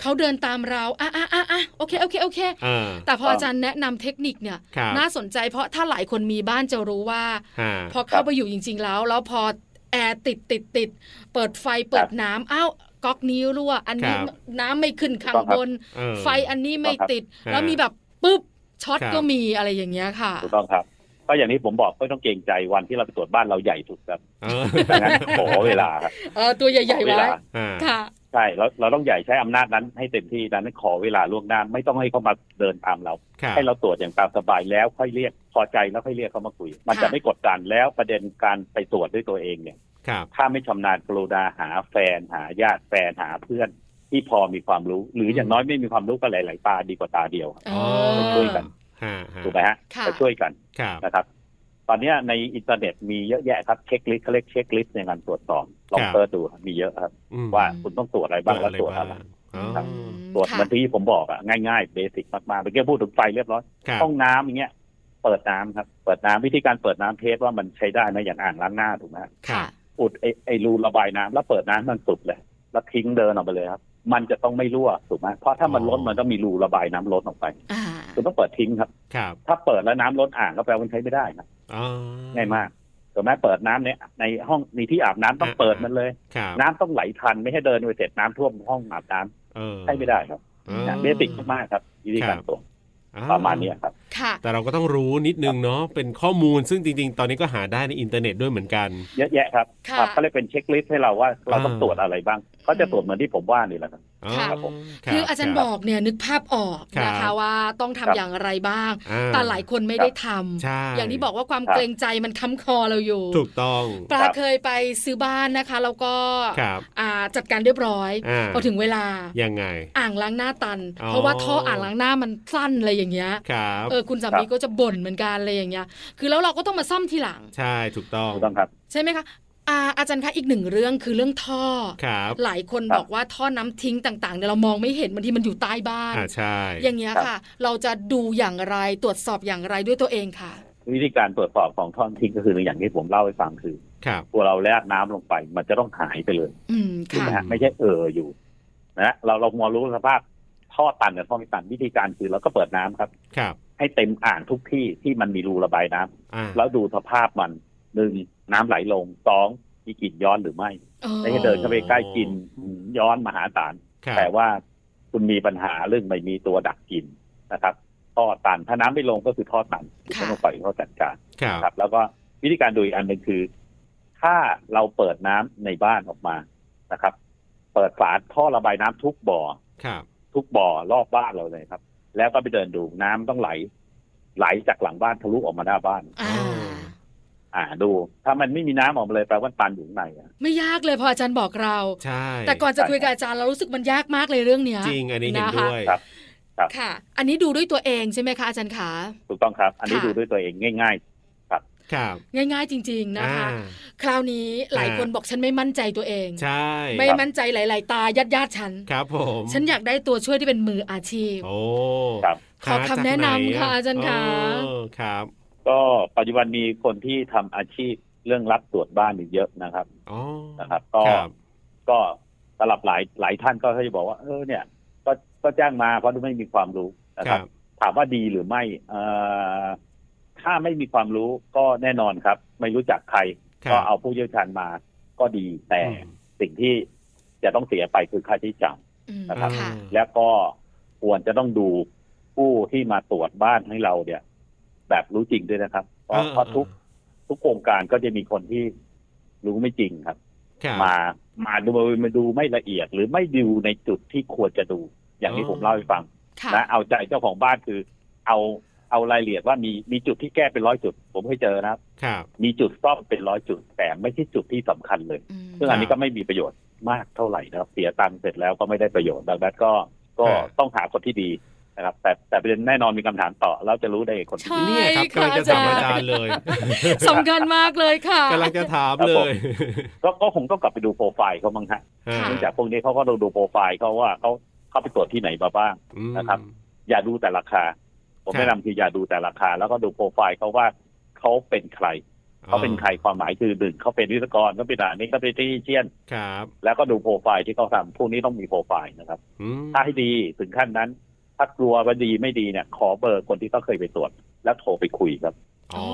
Speaker 1: เขาเดินตามเราอ่ะอ่ะอ่ะอ่ะโอเคโอเคโอเค
Speaker 2: อ่า
Speaker 1: แต่พออาจารย์แนะนำเทคนิคเนี่ย
Speaker 2: ครับ
Speaker 1: น่าสนใจเพราะถ้าหลายคนมีบ้านจะรู้ว่า
Speaker 2: อ่า
Speaker 1: พอเข้าไปอยู่จริง ๆ แล้ว แล้วพอแอร์ติดติดติดเปิดไฟเปิดน้ำอ้าวก๊อกนี้รั่ว อันนี้
Speaker 2: ครับ
Speaker 1: น้ำไม่ขึ้นข้าง
Speaker 5: ถูกต้องครับ บ
Speaker 1: น
Speaker 2: เออ
Speaker 1: ไฟอันนี้ไม่ติด
Speaker 2: ครับ
Speaker 1: แล้วมีแบบปุ๊บช็อต
Speaker 2: ครับ
Speaker 1: ก็มีอะไรอย่างเงี้ยค่ะ
Speaker 5: ถูกต้องครับ ก็อย่างที่ผมบอกไม่ต้องเกรงใจวันที่เราไปตรวจบ้านเราใหญ่สุดครับ
Speaker 2: เออ
Speaker 5: ดังนั้นขอเวลาครับ
Speaker 1: เออตัวใหญ่
Speaker 5: ข
Speaker 1: ๆ
Speaker 5: อเว
Speaker 1: ไว้
Speaker 5: ลา
Speaker 2: อ่า
Speaker 1: ค่ะ
Speaker 5: ใช่เราเราต้องใหญ่ใช้อำนาจนั้นให้เต็มที่ดังนั้นขอเวลาล่วงหน้าไม่ต้องให้เขามาเดินตามเรา
Speaker 2: ครับ
Speaker 5: ให้เราตรวจอย่างตามสบายแล้วค่อยเรียกพอใจแล้วค่อยเรียกเขามาคุย มัน
Speaker 1: ค่ะ
Speaker 5: จะไม่กดดันแล้วประเด็นการไปตรวจด้วยตัวเองเนี่ย
Speaker 2: ครับ
Speaker 5: ถ้าไม่ชำนาญกรุณาหาแฟนหาญาติแฟนหาเพื่อนที่พอมีความรู้ หรืออย่างน้อยไม่มีความรู้ก็หลาย ๆ ตาดีกว่าตาเดียว
Speaker 1: อ๋อ
Speaker 5: ช่วยกัน
Speaker 2: ฮะฮะ
Speaker 5: ถูกไหมฮะ
Speaker 1: ค่ะ
Speaker 5: จะช่วยกัน
Speaker 2: ครับ
Speaker 5: นะครับ ตอนเนี้ยในอินเทอร์เน็ตมีเยอะแยะครับเช็คลิสต์เขาเรียกเช็คลิสต์ในการตรวจสอบลองเปิดดูครับมีเยอะครับ
Speaker 2: อืม
Speaker 5: ว่าคุณต้องตรวจอะไรบ้างแล้วตรวจอะไร
Speaker 2: อ๋อ
Speaker 5: ครับ
Speaker 1: อืม
Speaker 5: ตรวจ
Speaker 1: ค่ะ
Speaker 5: เหมันที่ผมบอกอะง่ายๆเบสิกมากๆเมื่อกี้พูดถึงไฟเรียบร้อย
Speaker 2: ครับ
Speaker 5: ห้องน้ำอย่างเงี้ยเปิดน้ำครับ เปิดน้ำวิธีการเปิดน้ำเทสว่ามันใช้ได้ไหมอย่างอ่างล้างหน้าถูกไหมฮะ
Speaker 2: ครับ
Speaker 5: อุดไอ้ไอ้รูระบายน้ำแล้วเปิดน้ำมันสุดเลย แล้วทิ้งเดินออกไปเลยครับ มันจะต้องไม่รั่วถูกไหมเพราะถ้ามัน
Speaker 2: อ๋อ
Speaker 5: ล้นมันต้องมีรูระบายน้ำล้นออกไป
Speaker 1: อ่า
Speaker 5: คุณต้องเปิดทิ้งครับ
Speaker 2: ครับ
Speaker 5: ถ้าเปิดแล้วน้ำล้นอ่างก็แปลว่ามันใช้ไม่ได้นะ
Speaker 2: อ๋อ
Speaker 5: ง่ายมากถูกไหมเปิดน้ำในในห้องในที่อาบน้ำต้อง
Speaker 2: อ่า
Speaker 5: เปิดมันเลย
Speaker 2: ครับ
Speaker 5: น้ำต้องไหลทันไม่ให้เดินไปเสร็จน้ำท่วมห้องอาบน้
Speaker 2: เออ
Speaker 5: ำใช้ไม่ได้ครับ
Speaker 2: ออ
Speaker 1: ครับ
Speaker 5: นะเบสิกมากๆครับวิธีการ
Speaker 2: ครับ
Speaker 5: ตรวจ
Speaker 2: อ่
Speaker 5: ประมาณเนี้ยครับ
Speaker 1: ค่ะ
Speaker 2: แต่เราก็ต้องรู้นิดนึงเนาะเป็นข้อมูลซึ่งจริง ๆ ตอนนี้ก็หาได้ในอินเทอร์เน็ตด้วยเหมือนกัน
Speaker 5: เยอะแยะครับ
Speaker 1: ค่ะ
Speaker 5: ครับเขาเลยเป็นเช็คลิสต์ให้เราว่าเราต้อง
Speaker 2: อ่า
Speaker 5: ตรวจอะไรบ้างเขาจะตรวจเหมือนที่ผมว่านี่แหละครับ
Speaker 2: อ๋อ
Speaker 1: ค่ะ
Speaker 2: รับผม
Speaker 1: คืออาจารย์
Speaker 2: ค
Speaker 1: บอกเนี่ยนึกภาพออกนะ
Speaker 2: ครั
Speaker 1: คะ
Speaker 2: บ
Speaker 1: ว่าต้องทำ
Speaker 5: ครับ
Speaker 1: อย่างไรบ้าง
Speaker 2: อ่
Speaker 1: แต่หลายคนไม่ได้ทำ
Speaker 2: ใช่
Speaker 1: อย่างที่บอกว่าความ
Speaker 5: ครับ
Speaker 1: เกรงใจมันค้ำคอเราอยู่
Speaker 2: ถูกต้อง
Speaker 1: ปลาเคยไปซื้อบ้านนะคะแล้วก็
Speaker 2: ครับ
Speaker 1: อ่าจัดการเรียบร้อย
Speaker 2: อ่า
Speaker 1: พอถึงเวลา
Speaker 2: ยังไง
Speaker 1: อ่างล้างหน้าตัน
Speaker 2: อ๋อ
Speaker 1: เพราะว่าท่ออ่างล้างหน้ามันสั้นอะไรอย่างเงี้ย
Speaker 2: ครับ
Speaker 1: เออคุณสามีก็จะบ่นเหมือนกันอะไรอย่างเงี้ย คือแล้วเราก็ต้องมาซ่อมทีหลัง
Speaker 2: ใช่ถูกต้อง
Speaker 5: ถูกต้องครับ
Speaker 1: ใช่ไหมคะอาอาจารย์คะอีกหนึ่งเรื่องคือเรื่องท่อ
Speaker 2: ครับ
Speaker 1: หลายคน
Speaker 5: ครับ
Speaker 1: บอกว่าท่อน้ำทิ้งต่างๆเนี่ยเรามองไม่เห็นบางทีมันอยู่ใต้บ้าน
Speaker 2: อ่าใช่
Speaker 1: อย่างเงี้ย
Speaker 5: ครับ
Speaker 1: ค่ะ เราจะดูอย่างไรตรวจสอบอย่างไรด้วยตัวเองค่ะ
Speaker 5: วิธีการตรวจสอบของท่อนทิ้งก็คืออย่างที่ผมเล่าให้ฟังคือ
Speaker 2: ครับ
Speaker 5: พอเราแลกน้ำลงไป มันจะต้องหายไปเลย
Speaker 1: อืม
Speaker 5: ถูก
Speaker 1: ค่ะ
Speaker 5: ไหม
Speaker 2: ครั
Speaker 5: ฮะ
Speaker 2: บ
Speaker 5: ไม่ใช่เอออยู่นะฮะเราเรามอรู้สภาพท่อตันกับท่อไม่ตันวิธีการคือเราก็เปิดน้ำครับ
Speaker 2: ครับ
Speaker 5: ให้เต็มอ่างทุกที่ที่มันมีรูระบายน้ำ
Speaker 2: อ่า
Speaker 5: แล้วดูสภาพมันหนึ่งน้ำไหลลงสองมีกลิ่นย้อนหรือไม่ไม่ให้เดินเข้าไปใกล้กลิ่นย้อนมหาศาล
Speaker 2: ครับ
Speaker 5: แต่ว่าคุณมีปัญหาเรื่องไม่มีตัวดักกลินนะครับท่อตันถ้าน้ำไม่ลงก็คือท่อตัน
Speaker 1: ค่ะ
Speaker 5: ก็ต้องปล่อยให้ท่อจัดการ
Speaker 2: ครับ
Speaker 5: ครับ แล้วก็วิธีการดูอีกอันหนึ่งคือ ถ้าเราเปิดน้ำในบ้านออกมานะครับ เปิดฝาท่อระบายน้ำทุกบ่อ
Speaker 2: ครับ
Speaker 5: ทุกบ่อรอบบ้านเราเลยครับ แล้วก็ไปเดินดูน้ำต้องไหล ไหลจากหลังบ้านทะลุออกมาหน้าบ้าน
Speaker 1: อ่า
Speaker 2: อ๋อ
Speaker 5: อ่าดู ถ้ามันไม่มีน้ำออกมาเลยแปลว่าตันอยู่ข้างในอะ
Speaker 1: ไม่ยากเลยพออาจารย์บอกเรา
Speaker 2: ใช่
Speaker 1: แต่ก่อนจะคุยกับอาจารย์เรารู้สึกมันยากมากเลยเรื่องเนี้ย
Speaker 2: จริงอันนี้เห็น
Speaker 1: นะคะ
Speaker 2: ด้วย
Speaker 5: ครับ ครับ
Speaker 1: ค่ะ อันนี้ดูด้วยตัวเองใช่ไหมคะอาจารย์ขา
Speaker 5: ถูกต้องครับ อันนี้
Speaker 1: ค่ะ
Speaker 5: ดูด้วยตัวเองง่าย
Speaker 2: ครับ
Speaker 1: ง่าย ๆ จริง ๆนะคะ
Speaker 2: อ่า
Speaker 1: คราวนี้หลาย
Speaker 2: อ่า
Speaker 1: คนบอกฉันไม่มั่นใจตัวเอง
Speaker 2: ใช่
Speaker 1: ไม่มั่นใจหลาย ๆ ตาญาติญาติๆฉัน
Speaker 2: ครับผม
Speaker 1: ฉันอยากได้ตัวช่วยที่เป็นมืออาชีพ
Speaker 2: โอ้
Speaker 5: ครับ
Speaker 1: ขอคำแนะนำ
Speaker 2: หจกไห
Speaker 1: ค่ะอาจารย์คะ
Speaker 2: เออครับ
Speaker 5: ๆ ก็ปัจจุบันมีคนที่ทำอาชีพเรื่องรับตรวจบ้านอยู่เยอะนะครับ
Speaker 2: อ๋อ
Speaker 5: นะครับก็
Speaker 2: ครับ
Speaker 5: ก็สำหรับหลายหลายท่านก็เขาจะบอกว่าเออเนี่ย ก็ก็จ้างมาเพราะไม่มีความรู้นะ
Speaker 2: ค
Speaker 5: ค
Speaker 2: รั
Speaker 5: รับ
Speaker 2: บ
Speaker 5: ถามว่าดีหรือไม่เอ่อถ้าไม่มีความรู้ก็แน่นอนครับ ไม่รู้จักใคร
Speaker 2: ครับ
Speaker 5: ก็เอาผู้เชี่ยวชาญมา ก็ดีแต่
Speaker 2: อืม
Speaker 5: สิ่งที่จะต้องเสียไปคือค่าใช้จ่าย
Speaker 1: อืม
Speaker 5: นะครับ
Speaker 1: ค่ะ
Speaker 5: แล้วก็ควรจะต้องดูผู้ที่มาตรวจบ้านให้เราเนี่ย แบบรู้จริงด้วยนะครับเพราะ
Speaker 2: เออ
Speaker 5: เพราะ
Speaker 2: เออ
Speaker 5: ทุกทุกโครงการก็จะมีคนที่รู้ไม่จริงครับ
Speaker 2: ครับ
Speaker 5: มา มาดูมาดูไม่ละเอียด หรือไม่ดูในจุดที่ควรจะดู อย่างที่
Speaker 2: อ๋อ
Speaker 5: ผมเล่าให้ฟัง
Speaker 1: ค่ะ
Speaker 5: นะเอาใจเจ้าของบ้านคือ เอาเอารายละเอียดว่ามีมีจุดที่แก้เป็นร้อยจุด ผมเคยเจอนะครับ
Speaker 2: ครับ
Speaker 5: มีจุดซ่อมเป็นร้อยจุด แต่ไม่ใช่จุดที่สำคัญเลย
Speaker 1: อืม
Speaker 5: ซึ่งอันนี้ก็ไม่มีประโยชน์มากเท่าไหร่นะครับ เสียตังค์เสร็จแล้วก็ไม่ได้ประโยชน์ดังนั้นก็ก็
Speaker 2: อ่า
Speaker 5: ต้องหาคนที่ดีนะครับ แต่แต่ประเด็นแน่นอนมีคำถามต่อแล้วจะรู้ได้คนที่
Speaker 1: ใช่
Speaker 5: ดี
Speaker 2: เนี่ยครับกำลังจะถามอาจารย์เลย
Speaker 1: สำคัญมากเลยค่ะ
Speaker 2: กำลังจะถาม
Speaker 5: ครับ
Speaker 2: เล
Speaker 5: ผม
Speaker 2: ย
Speaker 5: ก็ก็คงต้องกลับไปดูโปรไฟล์เขาบ้างฮะ
Speaker 2: อ่า
Speaker 1: ค่ะ
Speaker 5: เนื่องจากพวกนี้เขาก็ต้องดูโปรไฟล์เขาว่าเขา เข้าไปตรวจที่ไหนมาบ้าง
Speaker 2: อืม
Speaker 5: นะครับ อย่าดูแต่ราคา ผม
Speaker 2: ครับ
Speaker 5: แนะนำคืออย่าดูแต่ราคา แล้วก็ดูโปรไฟล์เขาว่าเขาเป็นใครเขาเป็นใครความหมายคือหนึ่งเขาเป็นวิศวกรเขาเป็นอะไรนี่เขาเป็นที่เชียน
Speaker 2: ครับ
Speaker 5: แล้วก็ดูโปรไฟล์ที่เขาทำพวกนี้ต้องมีโปรไฟล์นะครับ
Speaker 2: อืม
Speaker 5: ถ้าให้ดีถึงขั้นนั้น ถ้ากลัวว่าดีไม่ดีเนี่ย ขอเบอร์คนที่เขาเคยไปตรวจ แล้วโทรไปคุยครับ
Speaker 2: อ๋อ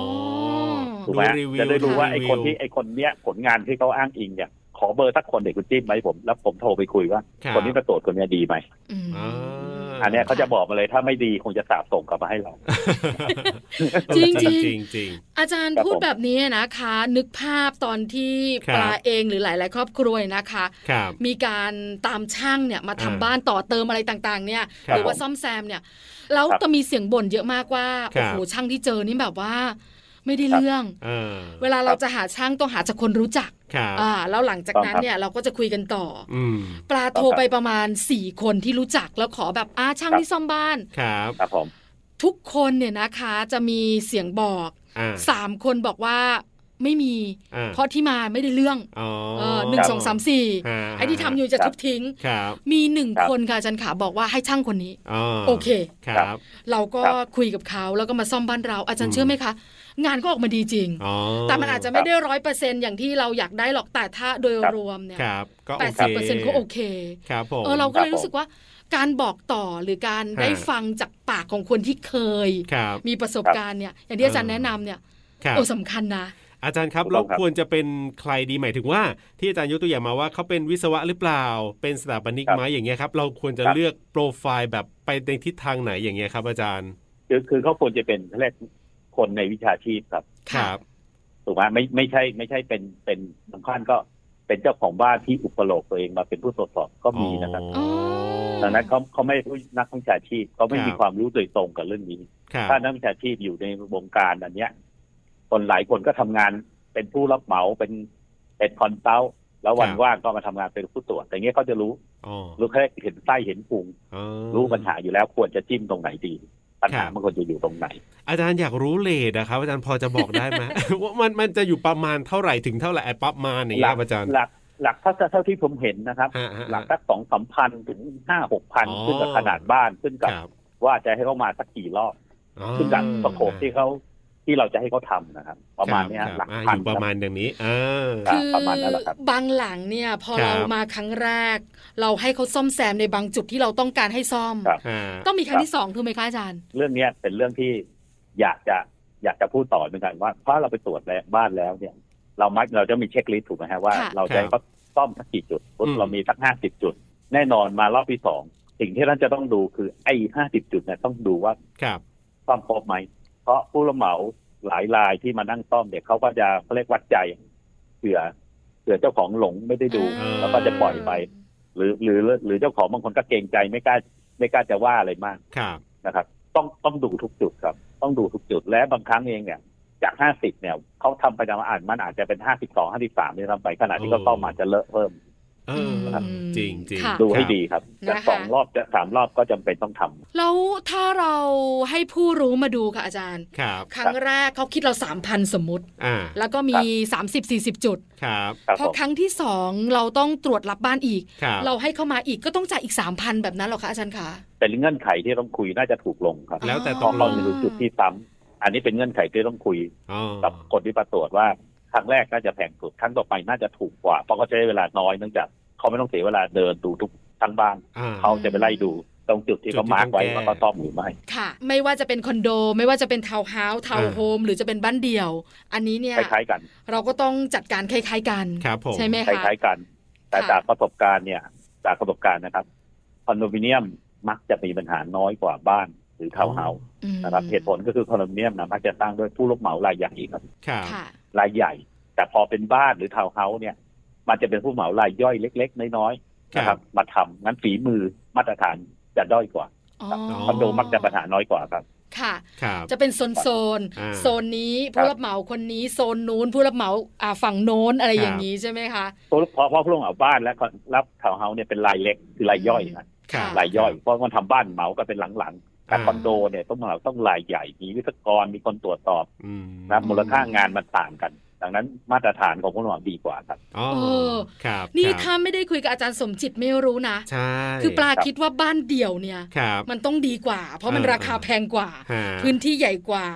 Speaker 5: ถูกไหม
Speaker 2: รีวิ
Speaker 5: จะได้รู้ว่าไอ้
Speaker 2: รี
Speaker 5: คนที่ไอ้คนเนี้ยผลงานที่เขาอ้างอิงเนี่ยขอเบอร์สักคนเด็กคุณจิ้มไหมาให้ผมแล้วผมโทรไปคุยว่า
Speaker 2: รับ
Speaker 5: คนที่มาตรวจคนเนี้ยดีไหม
Speaker 1: อืม
Speaker 2: อ่า
Speaker 5: อันเนี้ยเขาจะบอกมาเลยถ้าไม่ดีคงจะสาบส่งกลับมาให้เรา
Speaker 1: จริงจ
Speaker 2: จ
Speaker 1: ริ
Speaker 2: ริ
Speaker 1: ง
Speaker 2: งจริง
Speaker 1: อาจารย์
Speaker 5: ครับ
Speaker 1: พูด
Speaker 5: ผม
Speaker 1: แบบนี้นะคะ นึกภาพตอนที่
Speaker 2: ครับ
Speaker 1: ปลาเองหรือหลาย ๆ ครอบครัวเนี่ยนะคะ
Speaker 2: ครับ
Speaker 1: มีการตามช่างเนี่ยมาทำ
Speaker 2: อ่า
Speaker 1: บ้านต่อเติมอะไรต่างๆ เนี่ย
Speaker 2: ค
Speaker 1: ห
Speaker 2: รับ
Speaker 1: รือว่าซ่อมแซมเนี่ยแล้ว
Speaker 5: ครับ
Speaker 1: จะมีเสียงบ่นเยอะมากว่า
Speaker 2: ครั
Speaker 1: โอ้
Speaker 2: บ
Speaker 1: โหช่างที่เจอนี่แบบว่า ไม่ได้เรื่อง
Speaker 2: เออ
Speaker 1: เวลาเราจะหาช่างต้องหาจากคนรู้จัก
Speaker 2: ครับ
Speaker 1: อ่าแล้วหลังจากนั้น
Speaker 5: ครับ
Speaker 1: เนี่ยเราก็จะคุยกันต่ออ
Speaker 2: อืม
Speaker 1: ปลาโทรไปประมาณ 4 คนที่รู้จักแล้วขอแบบอาช่างที่ซ่อมบ้าน
Speaker 2: ครับ
Speaker 5: ครับผม
Speaker 1: ทุกคนเนี่ยนะคะจะมีเสียงบอก
Speaker 2: อ่า
Speaker 1: สามคนบอกว่าไม่มี
Speaker 2: อ่า
Speaker 1: เพราะที่มาไม่ได้เรื่อง
Speaker 2: อ๋อ
Speaker 1: เออหนึ่งสองสามสี่
Speaker 2: า
Speaker 1: ไอ้ที่ทำอยู่จะ
Speaker 5: ครับ
Speaker 1: ทุบทิ้ง
Speaker 2: ครับ
Speaker 1: มีหนึ่ง
Speaker 5: ครับ
Speaker 1: คนค่ะอาจันขาบอกว่าให้ช่างคนนี้
Speaker 2: อ๋อ
Speaker 1: โอเค
Speaker 2: ครับ
Speaker 1: เราก็
Speaker 5: ครับ
Speaker 1: คุยกับเขาแล้วก็มาซ่อมบ้านเรา อาจารย์เชื่อไหมคะ งานก็ออกมาดีจริง
Speaker 2: อ๋อ
Speaker 1: แต่มันอาจจะไม่ได้ร้อยเปอร์เซ็นอย่างที่เราอยากได้หรอกแต่ถ้าโดย
Speaker 5: ครับ
Speaker 1: รวมเนี่ย
Speaker 2: ครับก็
Speaker 1: แป
Speaker 2: โอ
Speaker 1: ด
Speaker 2: เค
Speaker 1: สิบเปอร์เซ็นก็โอเค
Speaker 2: ครับผม
Speaker 1: เออเราก็เลย
Speaker 5: ครับ
Speaker 1: รู้สึกว่า การบอกต่อหรือการ
Speaker 2: ฮะ
Speaker 1: ได้ฟังจากปากของคนที่เคย
Speaker 2: ครับ
Speaker 1: มีประสบการณ์เนี่ยอย่างที่อาจารย์แนะนำเนี่ย
Speaker 2: ครับ
Speaker 1: โอ้สำคัญนะ
Speaker 2: อาจารย์ครับ
Speaker 5: ถูกต้
Speaker 2: แล้
Speaker 5: อ
Speaker 2: ว
Speaker 5: งครับ
Speaker 2: ควรจะเป็นใครดีหมายถึงว่า ที่อาจารย์ยกตัวอย่างมาว่าเขาเป็นวิศวะหรือเปล่า เป็นสถาปนิก
Speaker 5: ครับ
Speaker 2: ไหมอย่างเงี้ยครับ เราควรจะ
Speaker 5: ครับ
Speaker 2: เลือกโปรไฟล์แบบไปในทิศทางไหนอย่างเงี้ยครับ อาจารย์
Speaker 5: คือคือเขาควรจะเป็นเขาเรียกคนในวิชาชีพครับ
Speaker 1: ค่ะ
Speaker 5: ถูกไหมไม่ไม่ใช่ไม่ใช่เป็นเป็นบางท่านก็เป็นเจ้าของบ้านที่อุปโลกตัวเองมาเป็นผู้ตรวจสอบก็มีนะครับ
Speaker 2: อ๋อ
Speaker 5: ดังนั้นเขาเขาไม่รู้นักวิชาชีพเขาไม่มีความรู้โดยตรงกับเรื่องนี้
Speaker 2: ครับ
Speaker 5: ถ้านักวิชาชีพอยู่ในวงการอันเนี้ย คนหลายคนก็ทำงานเป็นผู้รับเหมาเป็นเป็นคอนซัลท์แล้ววันว่างก็มาทำงานเป็นผู้ตรวจอย่างเงี้ยเขาจะรู้
Speaker 2: อ๋อ
Speaker 5: รู้แค่เห็นไส้เห็นพุง
Speaker 2: อ๋อ
Speaker 5: รู้ปัญหาอยู่แล้วควรจะจิ้มตรงไหนดี ปัญหา
Speaker 2: ครับ
Speaker 5: มันควรจะอยู่ตรงไหน
Speaker 2: อาจารย์อยากรู้เลทนะครับ อาจารย์พอจะบอกได้ไหม ว่ามันมันจะอยู่ประมาณเท่าไหร่ถึงเท่าไหร่ไอ้ประมาณอย่างเงี้ยครับอาจารย์
Speaker 5: หลักหลักถ้าเท่าที่ผมเห็นนะครับ
Speaker 2: ฮะฮะ
Speaker 5: หลักสักสองสามพันถึงห้าหกพัน
Speaker 2: อ๋อ
Speaker 5: ขึ้นกับขนาดบ้านขึ้นกับ
Speaker 2: ครับ
Speaker 5: ว่าจะให้เขามาสักกี่รอบ
Speaker 2: อ๋อ
Speaker 5: ขึ้นกับสโคปที่เขาที่เราจะให้เขาทำนะครับ ประมาณเนี้ย
Speaker 2: ครับ
Speaker 5: หลัก
Speaker 2: อ่ะ
Speaker 5: พั
Speaker 2: อน ยู่ประมาณอย่างนี้อ่า
Speaker 5: ครับ
Speaker 1: คือ
Speaker 5: ประมาณนั้นแหละครับ
Speaker 1: บางหลังเนี่ยพอ
Speaker 2: ครับ
Speaker 1: เรามาครั้งแรก เราให้เขาซ่อมแซมในบางจุดที่เราต้องการให้ซ่อม
Speaker 5: ครับ
Speaker 2: อ่า
Speaker 1: ต้องมีครั้ง
Speaker 5: ครับ
Speaker 1: ที่สองถูกไหมคะอาจารย์
Speaker 5: เรื่องเนี้ยเป็นเรื่องที่อยากจะอยากจะพูดต่อเหมือนกันว่าเพราะเราไปตรวจแล้วบ้านแล้วเนี่ย เรามักเราจะมีเช็คลิสต์ถูกไหมฮะว่า
Speaker 1: ค่ะ
Speaker 5: เราจะให้เขาซ่อมสักกี่จุดสมมุติ
Speaker 2: อืม
Speaker 5: เรามีสักห้าสิบจุด แน่นอนมารอบที่สองสิ่งที่ท่านจะต้องดูคือไอ้ห้าสิบจุดเนี่ยต้องดูว่า
Speaker 2: ครับ
Speaker 5: ซ่อมครบไหม เพราะผู้รับเหมาหลายรายที่มานั่งซ่อมเนี่ยเขาก็จะเขาเรียกวัดใจเผื่อเผื่อเจ้าของหลงไม่ได้ดู
Speaker 1: อ่า
Speaker 5: แล้วก็จะปล่อยไป หรือหรือหรือเจ้าของบางคนก็เกรงใจไม่กล้าไม่กล้าจะว่าอะไรมาก
Speaker 2: ครับ
Speaker 5: นะครับ ต้องต้องดูทุกจุดครับ ต้องดูทุกจุดและบางครั้งเองเนี่ย จากห้าสิบเนี่ยเขาทำไปตามอ่านมันอาจจะเป็นห้าสิบสองห้าสิบสามเนี่ยทำไปขนาดที่เขาซ่อมอาจจะเลอะเพิ่ม
Speaker 2: เอออ
Speaker 1: ม
Speaker 2: จริงจริง
Speaker 1: ค่ะ
Speaker 5: ดู
Speaker 2: ค
Speaker 5: ให้
Speaker 2: รับ
Speaker 5: ดีครับจะสองรอบจะสามรอบก็จำเป็นต้องทำ
Speaker 1: แล้วถ้าเราให้ผู้รู้มาดูค่ะอาจารย์
Speaker 2: ครับ
Speaker 1: ครั้งแรกเขาคิดเรา 3,000 สมมติ
Speaker 2: อ่า
Speaker 1: แล้วก็มี 30-40 จุด
Speaker 2: ครับ
Speaker 5: ครับ
Speaker 1: พอ
Speaker 5: ผม
Speaker 1: ครั้งที่ 2 เราต้องตรวจรับบ้านอีก
Speaker 2: ครับ
Speaker 1: เราให้เข้ามาอีกก็ต้องจ่ายอีก 3,000 แบบนั้นเหรอคะอาจารย์คะ
Speaker 5: เป็นเงื่อนไขที่ต้องคุยน่าจะถูกลงครับ
Speaker 2: แล้วแต่
Speaker 5: เพ
Speaker 2: ตก
Speaker 5: ราะ
Speaker 2: ล
Speaker 5: เรา
Speaker 2: ง
Speaker 5: จะรู้จุดที่ซ้ำอันนี้เป็นเงื่อนไขที่ต้องคุย
Speaker 2: อ๋อ
Speaker 5: กับคนที่ประตรวจว่าครั้งแรกน่าจะแพงสุดครั้งต่อไปน่าจะถูกกว่า เพราะเขาใช้เวลาน้อยเนื่องจากเขาไม่ต้องเสียเวลาเดินดูทุกทั้งบ้าน
Speaker 2: อ่า
Speaker 5: เขาจะไปไล่ดูตรงจุดที่เขามาร์กไว้
Speaker 2: จุดที่ต้อง
Speaker 5: ว่า
Speaker 2: แก้
Speaker 5: เขาซ่อมหรือไม่
Speaker 1: ค่ะ ไม่ว่าจะเป็นคอนโด ไม่ว่าจะเป็นทาวน์เฮาส์ทาวน์โฮมหรือจะเป็นบ้านเดี่ยว อันนี้เนี่ย
Speaker 5: คล้ายๆกัน
Speaker 1: เราก็ต้องจัดการคล้าย ๆ กัน
Speaker 2: ครับผม
Speaker 1: ใช่ไหม
Speaker 5: ค
Speaker 1: คะ
Speaker 5: ล้ายๆกัน แต่
Speaker 1: ค่ะ
Speaker 5: จากประสบการณ์เนี่ย จากประสบการณ์นะครับคอนโดมิเนียมมักจะมีปัญหาน้อยกว่าบ้านหรือทาวน์เฮาส์
Speaker 1: อืม
Speaker 5: นะครับเหตุผลก็คือคอนโดมิเนียมนะมักจะสร้างด้วยผู้รับเหมารายใหญ่ครับ
Speaker 2: ครับ
Speaker 1: ค่ะ
Speaker 5: รายใหญ่ แต่พอเป็นบ้านหรือทาวน์เฮาส์เนี่ย มันจะเป็นผู้เหมารายย่อยเล็ก ๆ น้อยๆนะครับ มาทำงั้นฝีมือมาตรฐานจะด้อยกว่าคอนโดมักจะปัญหาน้อยกว่าครับ
Speaker 1: ค่ะ
Speaker 2: ครับ
Speaker 1: จะเป็นโซนโซนๆ
Speaker 2: อ่า
Speaker 1: โซนนี้ผู้รับเหมาคนนี้โซนนู้นผู้รับเหมาอ่าฝั่งโน้นอะไรอย่างนี้ใช่ไหมคะ
Speaker 5: เพราะเพราะเพราะผู้เหมาบ้านและคอนรับทาวน์เฮาส์เนี่ยเป็นรายเล็กคือรายย่อยนะ
Speaker 2: ครั
Speaker 1: ค่ะ
Speaker 2: บ
Speaker 5: รายย่อยเพราะมันทำบ้านเหมาก็เป็นหลังๆแต่
Speaker 2: อ่า
Speaker 5: คอนโดเนี่ยต้องเหมาต้องรายใหญ่มีวิศวกรมีคนตรวจสอบ
Speaker 2: อืม
Speaker 5: นะมูลค่างานมันต่างกัน ดังนั้นมาตรฐานของคนหวังดีกว่าครับ
Speaker 2: อ๋อ
Speaker 1: เออ
Speaker 2: ครับ
Speaker 1: นี่
Speaker 2: ครับ
Speaker 1: ถ้าไม่ได้คุยกับอาจารย์สมจิตไม่รู้นะ
Speaker 2: ใช่
Speaker 1: คือปลา
Speaker 5: ครับ
Speaker 1: คิดว่าบ้านเดี่ยวเนี่ย
Speaker 2: ครับ
Speaker 1: มันต้องดีกว่า เพราะมัน
Speaker 2: เออ
Speaker 1: ราคาแพงกว่า
Speaker 2: ฮะ
Speaker 1: พื้นที่ใหญ่กว่า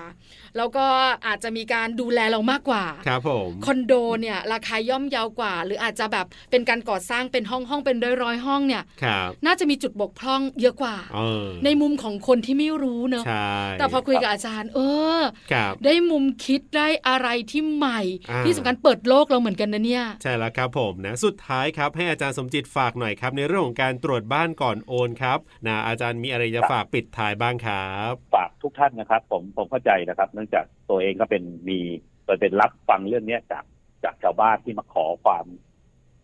Speaker 1: แล้วก็อาจจะมีการดูแลเรามากกว่า
Speaker 2: ครับผม
Speaker 1: คอนโดเนี่ยราคาย่อมเยาวกว่า หรืออาจจะแบบเป็นการก่อสร้างเป็นห้องห้องเป็นร้อยร้อยๆห้องเนี่ย
Speaker 2: ครับ
Speaker 1: น่าจะมีจุดบกพร่องเยอะกว่า
Speaker 2: เออ
Speaker 1: ในมุมของคนที่ไม่รู้เนอะ
Speaker 2: ใช่
Speaker 1: แต่พอคุยกับอาจารย์ เออ
Speaker 2: ครับ
Speaker 1: ได้มุมคิดได้อะไรที่ใหม่
Speaker 2: อ่า
Speaker 1: ที่สำคัญเปิดโลกเราเหมือนกันนะเนี่ย
Speaker 2: ใช่แล้วครับผมนะสุดท้ายครับให้อาจารย์สมจิตฝากหน่อยครับ ในเรื่องของการตรวจบ้านก่อนโอนครับนะอาจารย์มีอะไรจะฝากปิดท้ายบ้างครับ
Speaker 5: ฝากทุกท่านนะครับ ผมผมเข้าใจนะครับ เนื่องจากตัวเองก็เป็นมีประเด็นรับฟังเรื่องเนี้ยจากจากชาวบ้านที่มาขอความ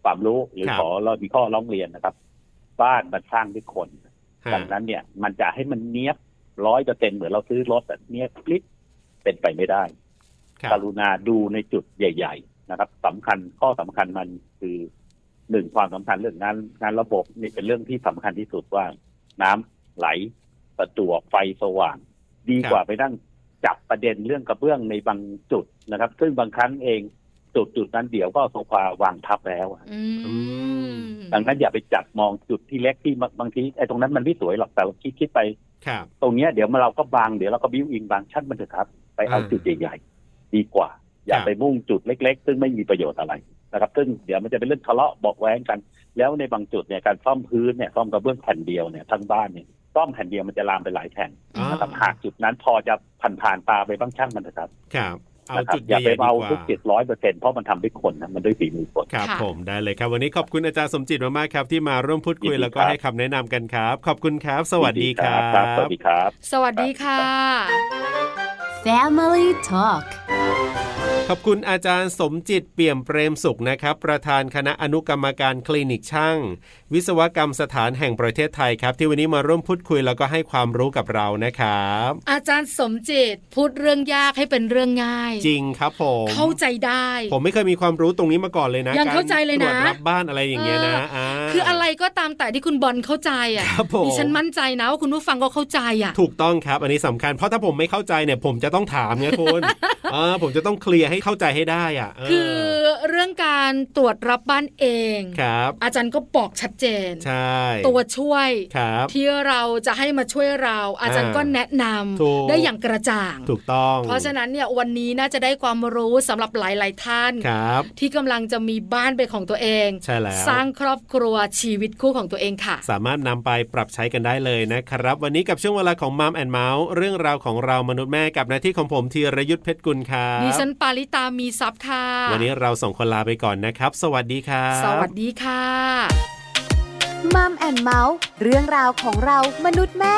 Speaker 5: ความรู้หรือ
Speaker 2: ครับ
Speaker 5: ขอเรามีข้อร้องเรียนนะครับ บ้านมันสร้างด้วยคน
Speaker 2: ฮะ
Speaker 5: ดังนั้นเนี่ยมันจะให้มันเนี้ยบร้อยเปอร์เซ็นเหมือนเราซื้อรถแบบเนี้ยบคลิปเป็นไปไม่ได้
Speaker 2: ครั
Speaker 5: ก
Speaker 2: บ
Speaker 5: รุณาดูในจุดใหญ่ ๆ นะครับสำคัญข้อสำคัญมันคือหนึ่งความสำคัญเรื่องงานงานระบบนี่เป็นเรื่องที่สำคัญที่สุดว่า น้ำไหลประจวบไฟสว่าง ดีกว่าไปนั่งจับประเด็นเรื่องกระเบื้องในบางจุดนะครับ ซึ่งบางครั้งเองจุดจุดนั้นเดี๋ยวก็โซฟาวางทับแล้วอะ
Speaker 1: อืม
Speaker 5: ดังนั้นอย่าไปจับมองจุดที่เล็กที่บางบางทีไอ้ตรงนั้นมันไม่สวยหรอกแต่เราคิดคิดไป
Speaker 2: ครับ
Speaker 5: ตรงเนี้ยเดี๋ยวมาเราก็บางเดี๋ยวเราก็บิ้วอินบางชั้นมันเถอะครับ ไปเอา
Speaker 2: อ่า
Speaker 5: จุดใหญ่ๆดีกว่า อย่า
Speaker 2: ครับ
Speaker 5: ไปมุ่งจุดเล็ก ๆ ซึ่งไม่มีประโยชน์อะไรนะครับ ซึ่งเดี๋ยวมันจะเป็นเรื่องทะเลาะเบาะแว้งกัน แล้วในบางจุดเนี่ยการซ่อมพื้นเนี่ยซ่อมกระเบื้องแผ่นเดียวเนี่ยทั้งบ้านเนี่ยซ่อมแผ่นเดียวมันจะลามไปหลายแผ่น
Speaker 2: อ่า
Speaker 5: นะครับหากจุดนั้นพอจะผ่านผ่านๆตาไปบ้างช่างมันเถอะครับ
Speaker 2: ครับเอา
Speaker 5: นะครับ
Speaker 2: จุด
Speaker 5: อย่าไป
Speaker 2: ใหญ่ๆดี
Speaker 5: เอา
Speaker 2: กว่า
Speaker 5: ทุกจุดร้อยเปอร์เซ็นต์เพราะมันทำด้วยคนนะมันด้วยฝีมือคน
Speaker 2: ครับ
Speaker 1: ค่ะ
Speaker 2: ผมได้เลยครับ วันนี้ขอบคุณอาจารย์สมจิตมากๆครับ ที่มาร่วมพูดคุย
Speaker 5: ยินดี
Speaker 2: แล้วก็
Speaker 5: ครับ
Speaker 2: ให้คำแนะนำกันครับ ขอบคุณครับ สวัสดีครับ
Speaker 5: สวัสดีครับ
Speaker 1: สวัสดีค่ะ
Speaker 4: Family Talk
Speaker 2: ขอบคุณอาจารย์สมจิตเปี่ยมเปรมสุขนะครับ ประธานคณะอนุกรรมการคลินิกช่าง วิศวกรรมสถานแห่งประเทศไทยครับ ที่วันนี้มาร่วมพูดคุยแล้วก็ให้ความรู้กับเรานะครับ
Speaker 1: อาจารย์สมจิตพูดเรื่องยากให้เป็นเรื่องง่าย
Speaker 2: จริงครับผม
Speaker 1: เข้าใจได้
Speaker 2: ผมไม่เคยมีความรู้ตรงนี้มาก่อนเลยนะ
Speaker 1: ยังเข้าใจเลยนะ
Speaker 2: การตรวจรับบ้านอะไรอย่างเงี้ยนะ
Speaker 1: เอออ่
Speaker 2: า
Speaker 1: คืออะไรก็ตามแต่ที่คุณบอลเข้าใจอ่ะ
Speaker 2: ครับผม
Speaker 1: ดิฉันมั่นใจนะว่าคุณผู้ฟังก็เข้าใจอ่ะ
Speaker 2: ถูกต้องครับ อันนี้สำคัญเพราะถ้าผมไม่เข้าใจเนี่ย ผมจะต้องถามไงคุณ เออผมจะต้องเคลียร์ให้เข้าใจให้ได้อ่ะเ
Speaker 1: คือเรื่องการตรวจรับบ้านเอง
Speaker 2: ครับ
Speaker 1: อาจารย์ก็บอกชัดเจน
Speaker 2: ใช่
Speaker 1: ตัวช่วย
Speaker 2: ครับ
Speaker 1: ที่เราจะให้มาช่วยเรา อาจารย์ก็แนะน
Speaker 2: ถูก
Speaker 1: ำได้อย่างกระจ่าง
Speaker 2: ถูกต้อง
Speaker 1: เพราะฉะนั้นเนี่ยวันนี้น่าจะได้ความรู้สำหรับหลาย ๆ ท่าน
Speaker 2: ครับ
Speaker 1: ที่กำลังจะมีบ้านเป็นของตัวเอง
Speaker 2: ใช่แล้ว
Speaker 1: สร้างครอบครัวชีวิตคู่ของตัวเองค่ะ
Speaker 2: สามารถนำไปปรับใช้กันได้เลยนะครับ วันนี้กับช่วงเวลาของมัมแอนเมาส์เรื่องราวของเรามนุษย์แม่กับหน้าที่ของผมธีรยุทธเพชรกุลครับ
Speaker 1: ดิฉันปาริตามีซับค่ะ
Speaker 2: วันนี้เราส่งคนลาไปก่อนนะครับ สวัสดีครับ
Speaker 1: สวัสดีค่ะ
Speaker 4: มัมแอนเมาส์เรื่องราวของเรามนุษย์แม่